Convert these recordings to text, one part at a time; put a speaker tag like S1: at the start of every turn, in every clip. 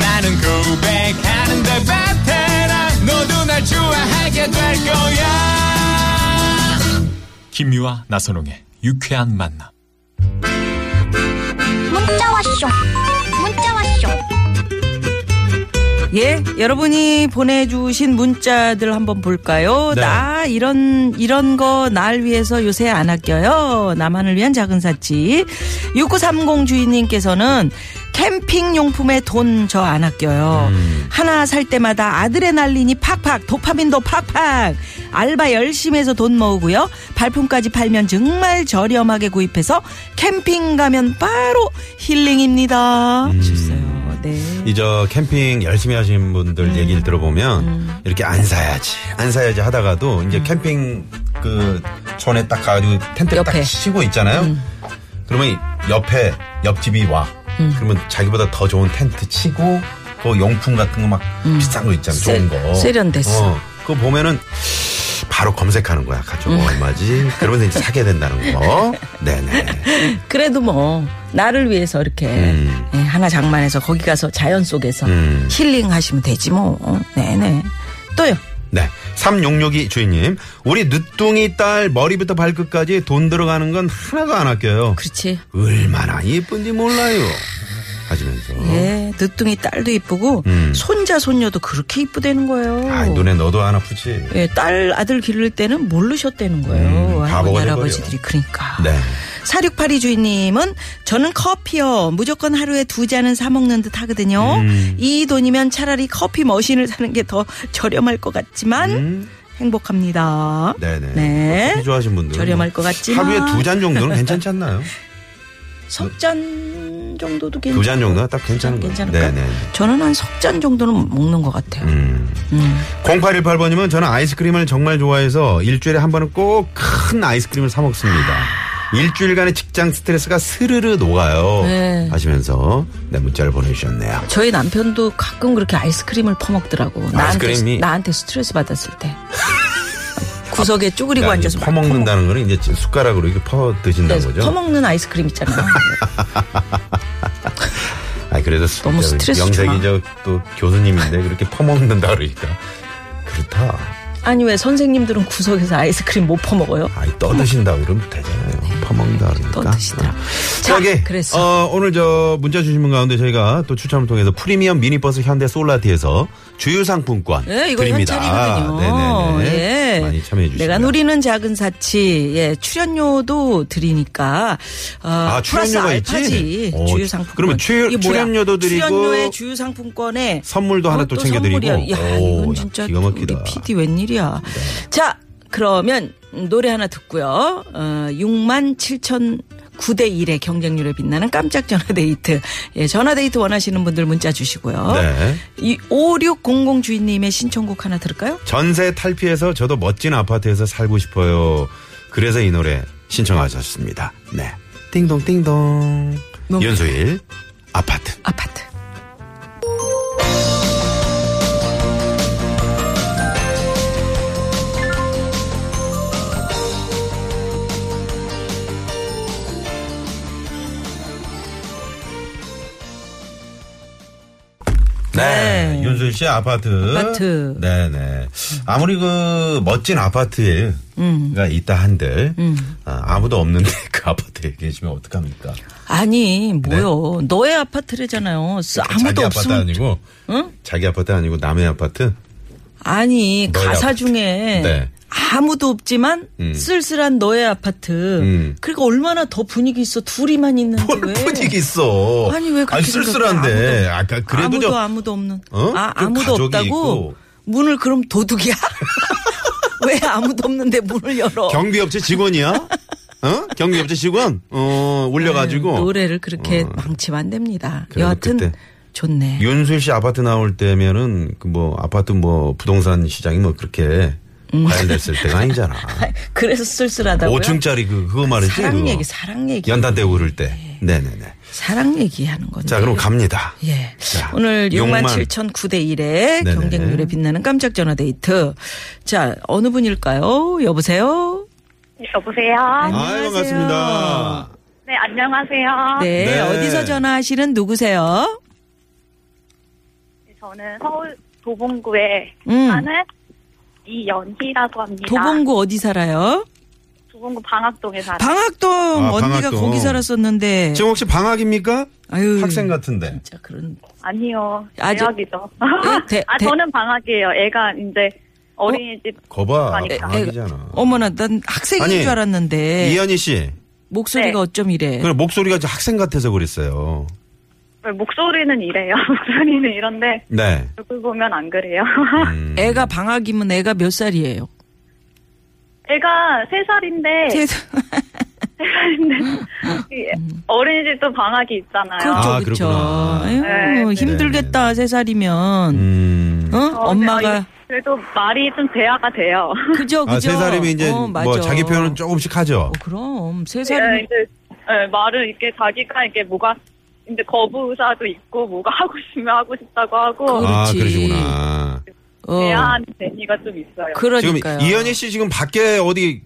S1: 나는
S2: 그
S1: 고백하는데 베테랑 너도 날 좋아하게 될 거야
S2: 김미화 나선홍의 유쾌한 만남.
S3: 문자 왔쇼. 문자 왔쇼.
S4: 예, 여러분이 보내주신 문자들 한번 볼까요?
S5: 네.
S4: 나 이런 이런 거 날 위해서 요새 안 아껴요. 나만을 위한 작은 사치. 6930 주인님께서는 캠핑 용품에 돈 저 안 아껴요.
S5: 음.
S4: 하나 살 때마다 아드레날린이 팍팍, 도파민도 팍팍. 알바 열심히 해서 돈 모으고요. 발품까지 팔면 정말 저렴하게 구입해서 캠핑 가면 바로 힐링입니다. 하셨어요. 네.
S5: 음. 이 저 캠핑 열심히 하신 분들
S4: 음.
S5: 얘기를 들어보면 이렇게 안 사야지 안 사야지 하다가도
S4: 음.
S5: 이제 캠핑 그 촌에 딱 가가지고 텐트 딱
S4: 옆에. 음.
S5: 치고 있잖아요. 그러면 이 옆에 옆집이 와.
S4: 음.
S5: 그러면 자기보다 더 좋은 텐트 치고 그 용품 같은 거 막 비싼 거 있잖아. 좋은
S4: 음. 세-
S5: 거.
S4: 세련됐어.
S5: 어, 그거 보면은 바로 검색하는 거야. 가격
S4: 음.
S5: 얼마지? 그러면서 이제 사게 된다는 거. 네네.
S4: 그래도 뭐 나를 위해서 이렇게
S5: 음.
S4: 예, 하나 장만해서 거기 가서 자연 속에서
S5: 음.
S4: 힐링하시면 되지 뭐. 어, 네네. 또요.
S5: 네. 3662 주인님. 우리 늦둥이 딸 머리부터 발끝까지 돈 들어가는 건 하나도 안 아껴요.
S4: 그렇지.
S5: 얼마나 예쁜지 몰라요. 하시면서.
S4: 예, 늦둥이 딸도 이쁘고
S5: 어. 음.
S4: 손자 손녀도 그렇게 이쁘다는 거예요.
S5: 아, 눈에 너도 안 아프지?
S4: 예, 딸 아들 기를 때는 모르셨다는 거예요.
S5: 음,
S4: 할머니
S5: 바보가
S4: 할아버지들이 그러니까.
S5: 네.
S4: 4682 주인님은 저는 커피요. 무조건 하루에 두 잔은 사 먹는 듯 하거든요.
S5: 음.
S4: 이 돈이면 차라리 커피 머신을 사는 게 더 저렴할 것 같지만 행복합니다.
S5: 음. 네네.
S4: 네.
S5: 커피 좋아하신 분들.
S4: 저렴할 것 같지만
S5: 하루에 두 잔 정도는 괜찮지 않나요?
S4: 석잔 정도도 괜찮.
S5: 두 잔 정도는 딱 괜찮은 거예요.
S4: 괜찮을까?
S5: 네네.
S4: 저는 한 석 잔 정도는 먹는 것 같아요.
S5: 음.
S4: 음.
S5: 0818번님은 저는 아이스크림을 정말 좋아해서 일주일에 한 번은 꼭 큰 아이스크림을 사 먹습니다. 일주일간의 직장 스트레스가 스르르 녹아요.
S4: 네.
S5: 하시면서 네, 문자를 보내주셨네요.
S4: 저희 남편도 가끔 그렇게 아이스크림을 퍼먹더라고. 나한테,
S5: 아이스크림이?
S4: 나한테 스트레스 받았을 때. 구석에
S5: 야,
S4: 쭈그리고
S5: 이제
S4: 앉아서 막 네,
S5: 퍼먹는다는 거는 이제 지금 숟가락으로 이렇게 퍼 드신다는
S4: 퍼먹-
S5: 거죠?
S4: 퍼먹는 아이스크림 있잖아.
S5: 아 그래도
S4: 너무
S5: 저
S4: 스트레스
S5: 명색이
S4: 주나?
S5: 저또 교수님인데 그렇게 퍼먹는다 그러니까 그렇다.
S4: 아니 왜 선생님들은 구석에서 아이스크림 못 퍼먹어요?
S5: 아이 떠드신다 그러면 되잖아요. 퍼먹는다 그러니까.
S4: 네.
S5: 어.
S4: 떠드시더라고. 자,
S5: 저기
S4: 그래서
S5: 어, 오늘 저 문자 주신 분 가운데 저희가 또 추첨을 통해서 프리미엄 미니버스 현대 솔라티에서 주유 상품권
S4: 예, 이거
S5: 드립니다. 아,
S4: 현찰이거든요.
S5: 네네네.
S4: 예.
S5: 많이 참여해 주시고요.
S4: 내가 누리는 작은 사치, 예, 출연료도 드리니까. 어,
S5: 아,
S4: 플러스
S5: 출연료가
S4: 알파지
S5: 있지? 어,
S4: 주유 상품권.
S5: 그러면 출-
S4: 이게 뭐야?
S5: 출연료도 드리고
S4: 출연료에 주유 상품권에
S5: 선물도 하나 또
S4: 그것도
S5: 챙겨드리고.
S4: 선물이야. 야,
S5: 오,
S4: 이건
S5: 야,
S4: 진짜
S5: 기가 막히다.
S4: 우리 PD 웬일이야. 자, 그러면 노래 하나 듣고요. 어, 6만 7천 9대 1의 경쟁률에 빛나는 깜짝 전화 데이트. 예, 전화 데이트 원하시는 분들 문자 주시고요.
S5: 네.
S4: 이 5600 주인님의 신청곡 하나 들을까요?
S5: 전세 탈피해서 저도 멋진 아파트에서 살고 싶어요. 그래서 이 노래 신청하셨습니다. 네. 띵동 띵동.
S4: 뭐-
S5: 연소일 아파트.
S4: 아파트.
S5: 네.
S4: 네.
S5: 윤순 씨 아파트.
S4: 아파트.
S5: 네네. 아무리 그 멋진 아파트가
S4: 음.
S5: 있다 한들 아, 무도 없는데 그 아파트에 계시면 어떡합니까?
S4: 아니, 뭐요. 너의 아파트래잖아요. 아무도
S5: 네. 그러니까 자기 아파트
S4: 없으면.
S5: 아니고 자기 아파트 아니고 남의 아파트.
S4: 아니,
S5: 너의
S4: 가사
S5: 아파트.
S4: 중에.
S5: 네.
S4: 아무도 없지만 쓸쓸한 너의 아파트.
S5: 음.
S4: 그러니까 얼마나 더 분위기 있어. 둘이만 있는데
S5: 뭘
S4: 왜?
S5: 분위기 있어.
S4: 아니 왜 그렇게
S5: 아니, 쓸쓸한데.
S4: 생각해?
S5: 아까 그러니까 그래도
S4: 아무도
S5: 저
S4: 아무도 없는
S5: 어?
S4: 아
S5: 좀
S4: 아무도
S5: 가족이
S4: 없다고
S5: 있고.
S4: 문을 그럼 도둑이야 왜 아무도 없는데 문을 열어
S5: 경비업체 직원이야? 어? 경비업체 직원? 어, 올려가지고.
S4: 네, 노래를 그렇게 음, 망치면 안 됩니다
S5: 그래도
S4: 여하튼
S5: 그때.
S4: 좋네.
S5: 윤수일 씨 아파트 나올 때면은 그 뭐 아파트 뭐 부동산 시장이 뭐 그렇게
S4: 음.
S5: 과열됐을 때가 아니잖아.
S4: 그래서 쓸쓸하다고요?
S5: 5층짜리 그 그거 말이지.
S4: 사랑
S5: 그거.
S4: 얘기, 사랑 얘기.
S5: 연탄 때 오를 때. 네네네.
S4: 사랑 얘기하는 건데.
S5: 자 그럼 갑니다.
S4: 예.
S5: 자,
S4: 오늘 6만
S5: 6만
S4: 7천 9대 1의
S5: 네네네.
S4: 경쟁률에 빛나는 깜짝 전화 데이트. 자, 어느 분일까요? 여보세요?
S6: 여보세요.
S5: 아유 반갑습니다.
S6: 네 안녕하세요.
S4: 네,
S5: 네.
S4: 어디서 전화하실은 누구세요?
S6: 저는 서울 도봉구에
S4: 음.
S5: 아, 네.
S6: 사는 이연희라고 합니다.
S4: 도봉구 어디 살아요?
S6: 도봉구 방학동에 사는.
S4: 방학동
S5: 아,
S4: 언니가
S5: 방학동.
S4: 거기 살았었는데.
S5: 지금 혹시 방학입니까?
S4: 아유.
S5: 학생 같은데.
S4: 진짜 그런.
S6: 아니요.
S4: 아, 저-
S6: 대학이죠.
S4: 에, 대-
S6: 아
S4: 대-
S6: 저는 방학이에요. 애가 이제 어린이집.
S5: 거봐
S6: 아니,
S5: 방학이잖아.
S4: 그 어머나, 네. 난 학생인
S5: 아니,
S4: 줄 알았는데
S5: 이현희 씨.
S4: 목소리가
S6: 네.
S4: 어쩜 이래?
S5: 그래 목소리가 이제 학생 같아서 그랬어요.
S6: 목소리는 이래요. 목소리는 이런데
S5: 네.
S6: 얼굴 보면 안 그래요.
S5: 음.
S4: 아, 애가 방학이면 애가 몇 살이에요?
S6: 애가 세 살인데 세
S4: 세상-
S6: 살인데
S4: 음.
S6: 어린이집도 방학이 있잖아요.
S4: 그렇죠,
S5: 아,
S4: 그렇죠.
S5: 그렇구나.
S4: 아유, 뭐
S6: 네,
S4: 힘들겠다 세 살이면.
S5: 음.
S4: 어?
S6: 어,
S4: 엄마가
S6: 아니, 그래도 말이 좀 대화가 돼요.
S4: 그죠,
S5: 아,
S4: 그죠.
S5: 세 살이면 이제
S4: 어,
S5: 뭐
S4: 맞아.
S5: 자기 표현은 조금씩 하죠.
S4: 어, 그럼 세
S6: 예,
S4: 살이면
S6: 이제 예, 말을 이렇게 자기가 이게 뭐가 이제 거부 의사도 있고 뭐가 하고 싶으면 하고 싶다고 하고
S4: 어, 그거-
S5: 아,
S4: 그렇지.
S5: 그러시구나.
S4: 어.
S6: 대화하는 재미가 좀 있어요.
S4: 그러니까요.
S5: 지금 이현희 씨 지금 밖에 어디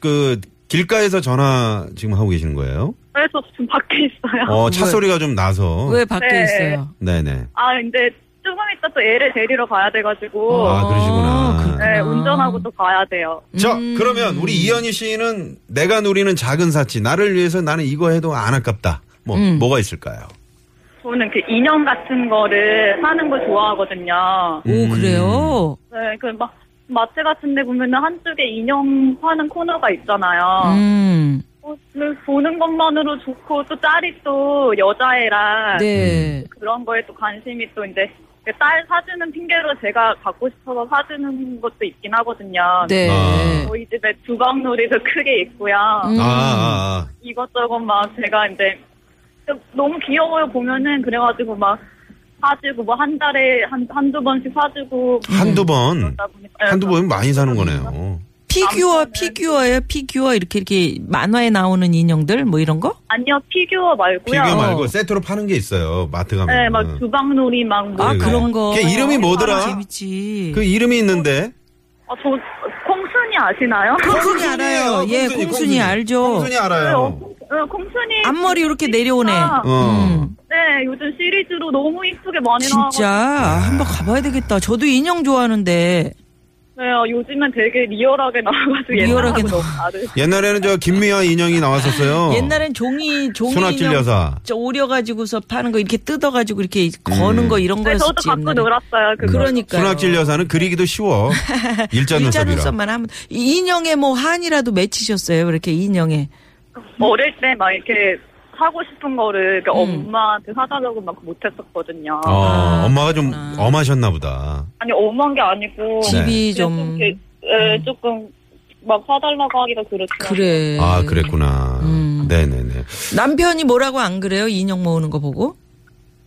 S5: 그 길가에서 전화 지금 하고 계시는 거예요?
S6: 그래서 지금 밖에 있어요.
S5: 어, 차
S4: 왜?
S5: 소리가 좀 나서.
S4: 뭐, 왜 밖에
S6: 네.
S4: 있어요?
S5: 네네.
S4: 음.
S6: 아 근데 조금 이따 또 애를 데리러 가야 돼가지고
S4: 어,
S5: 아, 그러시구나.
S6: 예,
S4: 아.
S6: 운전하고 또 가야 돼요.
S5: 자, 그러면 우리 이현희 씨는 내가 누리는 작은 사치, 나를 위해서 나는 이거 해도 안 아깝다. 뭐,
S4: 음.
S5: 뭐가 있을까요?
S6: 저는 그 인형 같은 거를 사는 걸 좋아하거든요.
S5: 음.
S4: 오 그래요.
S6: 네, 그막 마트 같은 데 보면은 한쪽에 인형 파는 코너가 있잖아요.
S4: 음.
S6: 어, 그 보는 것만으로 좋고 또 딸이 또 여자애라
S4: 네.
S6: 그런 거에 또 관심이 또 이제 그딸 사주는 핑계로 제가 갖고 싶어서 사주는 것도 있긴 하거든요.
S4: 네.
S5: 아.
S6: 저희 집에 주방놀이도 크게 있고요.
S4: 음.
S5: 아, 아, 아.
S6: 이것저것 막 제가 이제 좀 너무 귀여워요 보면은 그래가지고 막 사주고 뭐 한 달에 한 한두 번씩 사주고
S4: 음.
S5: 한두 번.
S6: 그러다 보니까
S5: 음. 한두 번 많이 사는 거네요.
S4: 피규어 피규어예요. 피규어 이렇게 이렇게 만화에 나오는 인형들 뭐 이런 거?
S6: 아니요 피규어 말고요.
S5: 비교 말고 세트로 파는 게 있어요. 마트 가면.
S6: 네, 막 주방놀이 막 뭐.
S4: 아
S5: 그래.
S4: 그런 거.
S5: 네,
S4: 어,
S5: 걔 이름이 뭐더라?
S4: 재밌지.
S5: 그 이름이 있는데.
S6: 아, 저 콩순이 아시나요?
S4: 콩순이 어, 알아요. 예, 콩순이, 알죠.
S5: 콩순이 알아요.
S6: 어, 콩순이
S4: 앞머리 이렇게 내려오네.
S6: 아,
S5: 어.
S4: 음.
S6: 네 요즘 시리즈로 너무 이쁘게 많이
S4: 진짜
S6: 나와서
S4: 아,
S5: 네.
S4: 한번 가봐야 되겠다. 저도 인형 좋아하는데
S6: 네, 요즘은 되게 리얼하게 나와가지고
S4: 리얼하게
S6: 옛날하고 너무
S4: 나와.
S6: 다르.
S5: 옛날에는 저 김미화 인형이 나왔었어요.
S4: 옛날엔 종이 종이
S5: 수납질
S4: 인형
S5: 여사.
S4: 저 오려가지고서 파는 거 이렇게 뜯어가지고 이렇게
S5: 음.
S4: 거는 거 이런
S6: 네, 저도
S4: 거였었지.
S6: 갖고
S4: 옛날에.
S6: 놀았어요. 그거.
S4: 그러니까
S5: 수납질 여사는 그리기도 쉬워.
S4: 일자
S5: 일자 눈썹이라.
S4: 눈썹만 하면 이 인형에 뭐 한이라도 맺히셨어요. 이렇게 인형에
S6: 어릴 때 막 이렇게 사고 싶은 거를 그
S4: 음.
S6: 엄마한테 사달라고 막 못했었거든요.
S5: 어,
S4: 아,
S5: 엄마가 좀 엄하셨나 보다.
S6: 아니 엄한 게 아니고
S5: 네.
S4: 집이
S6: 그냥
S4: 좀 음.
S6: 이렇게, 에, 조금 막 사달라고 하기가 그렇죠.
S4: 그래.
S5: 아, 그랬구나.
S4: 음.
S5: 네네네.
S4: 남편이 뭐라고 안 그래요? 인형 모으는 거 보고.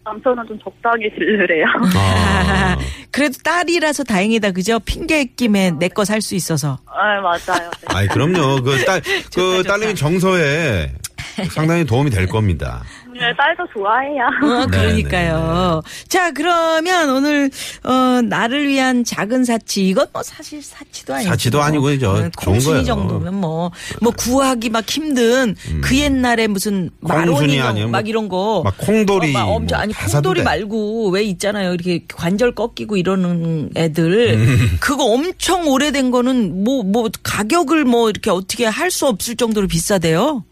S6: 남편은 좀 적당히 질르래요.
S5: 아.
S4: 그래도 딸이라서 다행이다. 그죠? 핑계 김에 내 거 살 수 있어서.
S6: 네, 맞아요. 네.
S5: 아이, 그럼요. 그 딸, 그
S4: 좋다.
S5: 딸님이 정서에 상당히 도움이 될 겁니다.
S6: 네, 딸도 좋아해요.
S4: 어,
S5: 네,
S4: 그러니까요. 자, 그러면 오늘 어 나를 위한 작은 사치 이건 뭐 사실 사치도 아니고
S5: 사치도 아니고 이제
S4: 어,
S5: 좋은 거예요. 네.
S4: 콩순이 정도면 뭐 뭐 구하기 막 힘든 그 옛날에 무슨
S5: 콩순이
S4: 마론인형
S5: 아니면 뭐
S4: 막 이런 거
S5: 막 콩돌이.
S4: 어, 막 엄청
S5: 뭐
S4: 아니
S5: 다
S4: 콩돌이
S5: 사던데.
S4: 말고 왜 있잖아요 이렇게 관절 꺾이고 이러는 애들
S5: 음.
S4: 그거 엄청 오래된 거는 뭐 뭐 가격을 뭐 이렇게 어떻게 할 수 없을 정도로 비싸대요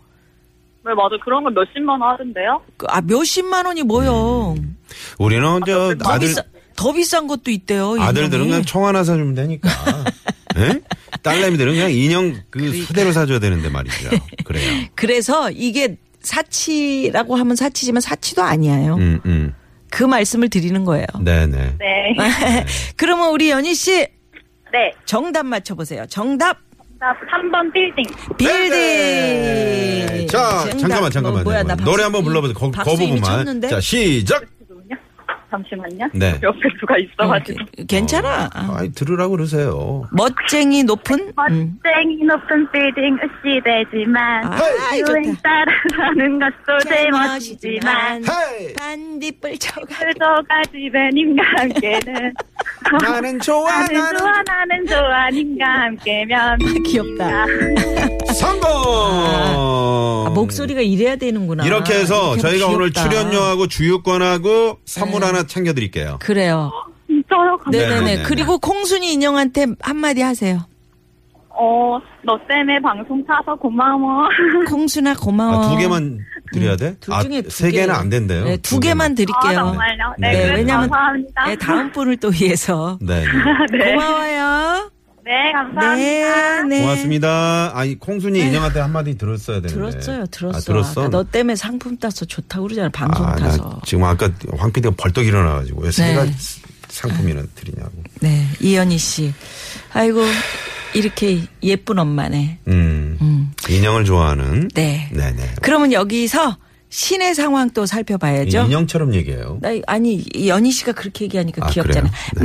S6: 네, 맞아요. 그런 거 몇십만 원 하던데요?
S4: 그, 아 몇십만 원이 뭐요
S5: 음. 우리는 저
S4: 더
S5: 아들,
S4: 비싸 더 비싼 것도 있대요 그 인형이.
S5: 아들들은 그냥 총 하나 사주면 되니까. 예? 딸내미들은 그냥 인형 그
S4: 그러니까.
S5: 수대로 사줘야 되는데 말이죠. 그래요.
S4: 그래서 이게 사치라고 하면 사치지만 사치도 아니에요
S5: 음, 음.
S4: 그 말씀을 드리는 거예요
S5: 네네.
S6: 네.
S4: 아. 그러면 우리 연희 씨
S6: 네.
S4: 정답 맞춰보세요 정답
S6: 나 3번 빌딩.
S4: 빌딩.
S5: 자,
S4: 정답.
S5: 잠깐만, 잠깐만.
S4: 뭐, 뭐야,
S5: 네, 잠깐만.
S4: 나 박수-
S5: 노래 한번 불러보세요. 거,
S4: 박수
S5: 거
S4: 이미
S5: 부분만.
S4: 쳤는데?
S5: 자, 시작!
S6: 잠시만요.
S5: 네.
S6: 옆에 누가 있어가지고.
S4: 게- 그, 괜찮아. 아,
S5: 아이 들으라고 그러세요.
S4: 멋쟁이 높은. 음.
S6: 멋쟁이 높은 빌딩 으시되지만
S4: 아,
S6: 유행
S4: 좋다.
S6: 따라가는 것도
S4: 제멋이지만
S6: 제멋이지만
S5: 헤이!
S4: 반딧불 쳐가.
S6: 그저가 지배님과 함께는
S5: 나는 좋아,
S6: 나는
S5: 나는
S6: 좋아 나는 좋아 님과 함께면 아,
S4: 귀엽다.
S5: 성공!
S4: 아, 목소리가 이래야 되는구나.
S5: 어. 이렇게 해서
S4: 이렇게 귀엽다.
S5: 저희가
S4: 네.
S5: 오늘 출연료하고 주유권하고 선물 하나 챙겨드릴게요.
S4: 그래요.
S6: 진짜요 감사합니다.
S4: 네네네.
S5: 네네네.
S4: 그리고 콩순이 인형한테 한마디 하세요.
S6: 어, 너 때문에 방송 타서 고마워.
S4: 콩순아
S5: 아,
S4: 고마워.
S5: 두 개만 드려야 돼?
S4: 둘
S5: 아,
S4: 중에 어. 네, 두
S5: 세
S4: 개.
S5: 개는 안 된대요.
S4: 네, 두 개만
S6: 아,
S4: 드릴게요.
S6: 정말요? 네,
S5: 네.
S6: 그래서
S4: 왜냐면-
S6: 감사합니다.
S4: 네, 다음 분을 또 위해서.
S5: 네.
S6: 네.
S4: 고마워요.
S6: 네, 감사합니다.
S4: 네, 네.
S5: 고맙습니다. 아니, 콩순이 인형한테 한마디 들었어야 되는데.
S4: 들었어요, 들었어.
S5: 아, 들었어?
S4: 아까 너 때문에 상품 따서 좋다고 그러잖아, 방송
S5: 아, 나
S4: 타서.
S5: 지금 아까 황 PD가 벌떡 일어나가지고 왜 세가
S4: 네.
S5: 상품이나 드리냐고.
S4: 네, 이현희 씨. 아이고, 이렇게 예쁜 엄마네.
S5: 음. 인형을 좋아하는.
S4: 네.
S5: 네네.
S4: 그러면 여기서 시내 상황 또
S5: 음.
S4: 살펴봐야죠. 네.
S5: 인형처럼 얘기해요.
S4: 나, 아니, 연희 씨가 그렇게 얘기하니까
S5: 아,
S4: 귀엽잖아.
S5: 그래요? 네.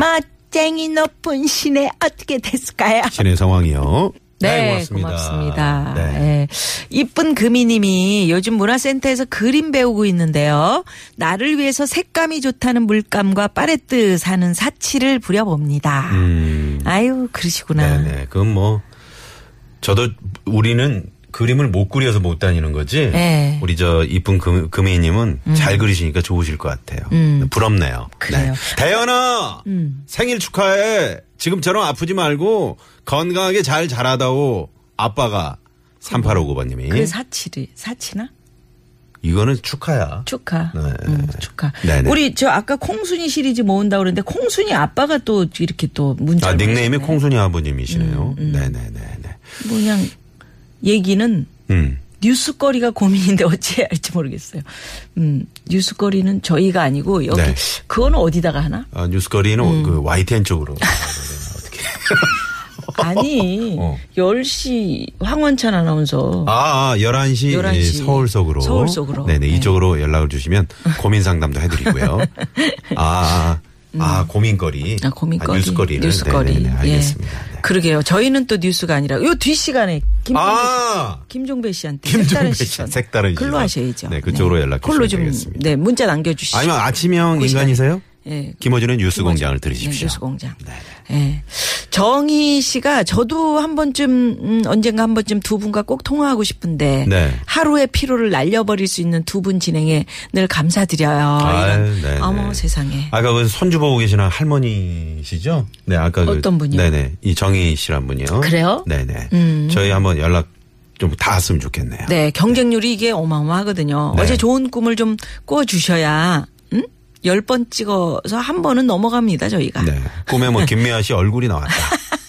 S4: 멋쟁이 높은 시내 어떻게 됐을까요?
S5: 진의 상황이요.
S4: 네, 고맙습니다.
S5: 네.
S4: 예. 이쁜 금이님이 요즘 문화센터에서 그림 배우고 있는데요. 나를 위해서 색감이 좋다는 물감과 팔레트 사는 사치를 부려봅니다.
S5: 음.
S4: 아유, 그러시구나.
S5: 네네. 그건 뭐 저도 우리는 그림을 못 그려서 못 다니는 거지.
S4: 네. 음.
S5: 우리 저 이쁜 금, 금희님은 잘 그리시니까 좋으실 것 같아요. 부럽네요.
S4: 그래요. 음.
S5: 대현아 생일 축하해. 지금처럼 아프지 말고 건강하게 잘 자라다오. 아빠가 3859번님이
S4: 그 사치를, 사치나?
S5: 이거는 축하야.
S4: 축하.
S5: 네.
S4: 음, 축하.
S5: 네네.
S4: 우리 저 아까 콩순이 시리즈 모은다 그러는데 콩순이 아빠가 또 이렇게 또 문자.
S5: 아, 닉네임이 콩순이 아버님이시네요.
S4: 음,
S5: 네네네네.
S4: 뭐냥 얘기는
S5: 음.
S4: 뉴스거리가 고민인데 어찌 해야 할지 모르겠어요. 음, 뉴스거리는 저희가 아니고 여기
S5: 네.
S4: 그거는 어디다가 하나?
S5: 아, 뉴스거리는
S4: 음.
S5: 그 YTN 쪽으로. 어떻게.
S4: 아니
S5: 어.
S4: 10시 황원찬 아나운서
S5: 아, 아 11시,
S4: 11시
S5: 예, 서울 속으로.
S4: 서울 속으로.
S5: 네네,
S4: 네.
S5: 이쪽으로 연락을 주시면 고민 상담도 해드리고요. 아, 아, 아, 고민거리.
S4: 아, 고민거리,
S5: 뉴스거리를.
S4: 뉴스거리.
S5: 네네네, 알겠습니다.
S4: 예.
S5: 네.
S4: 그러게요. 저희는 또 뉴스가 아니라 요 뒷 시간에 김종배,
S5: 아!
S4: 씨, 김종배 씨한테
S5: 김종배
S4: 색다른
S5: 씨,
S4: 시선,
S5: 색다른 시선.
S4: 글로 하셔야죠.
S5: 네, 그쪽으로 연락
S4: 글로
S5: 주시면
S4: 좀,
S5: 되겠습니다.
S4: 네, 문자 남겨주시죠.
S5: 아니면 아침형
S4: 그 시간에.
S5: 인간이세요?
S4: 예,
S5: 김어준의 뉴스 공장을
S4: 네,
S5: 들으십시오.
S4: 뉴스공장.
S5: 네네.
S4: 예. 정희 씨가 저도 한 번쯤 음, 언젠가 한 번쯤 두 분과 꼭 통화하고 싶은데
S5: 네.
S4: 하루의 피로를 날려버릴 수 있는 두 분 진행에 늘 감사드려요.
S5: 아유,
S4: 이런.
S5: 네네.
S4: 어머 세상에.
S5: 아까 그 손주 보고 계시는 할머니시죠? 네, 아까 그-
S4: 어떤 분이요?
S5: 네네, 이 정희 씨란 분이요.
S4: 그래요? 음.
S5: 네네. 저희 한번 연락 좀 닿았으면 좋겠네요.
S4: 네 경쟁률이 이게 어마어마하거든요.
S5: 네.
S4: 어제 좋은 꿈을 좀 꾸어 주셔야 응? 열번 찍어서 한 번은 넘어갑니다 저희가.
S5: 네. 꿈에 뭐 김미아 씨 얼굴이 나왔다.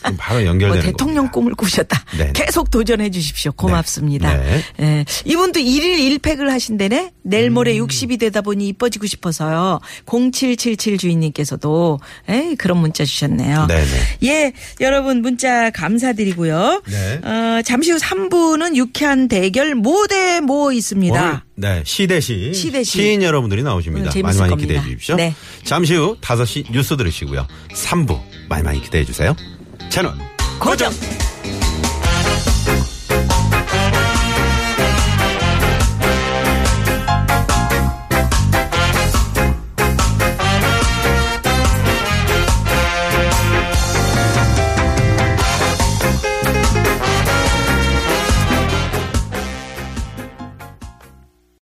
S5: 그럼 바로
S4: 뭐
S5: 연결되는
S4: 대통령
S5: 겁니다.
S4: 꿈을 꾸셨다.
S5: 네네.
S4: 계속 도전해 주십시오. 고맙습니다.
S5: 네.
S4: 예. 이분도 1일 1팩을 하신대네. 내일
S5: 음.
S4: 모레 60이 되다 보니 이뻐지고 싶어서요. 0777 주인님께서도 에이, 그런 문자 주셨네요.
S5: 네네.
S4: 예, 여러분 문자 감사드리고요.
S5: 네.
S4: 어, 잠시 후 3부는 유쾌한 대결 모대 모 있습니다.
S5: 오늘, 네, 시대시.
S4: 시대시.
S5: 인 여러분들이 나오십니다.
S4: 오늘 재밌을
S5: 많이 많이
S4: 겁니다.
S5: 기대해 주십시오.
S4: 네.
S5: 잠시 후 5시 뉴스 들으시고요. 3부 많이 많이 기대해 주세요. 채널
S4: 고정.
S5: 고정.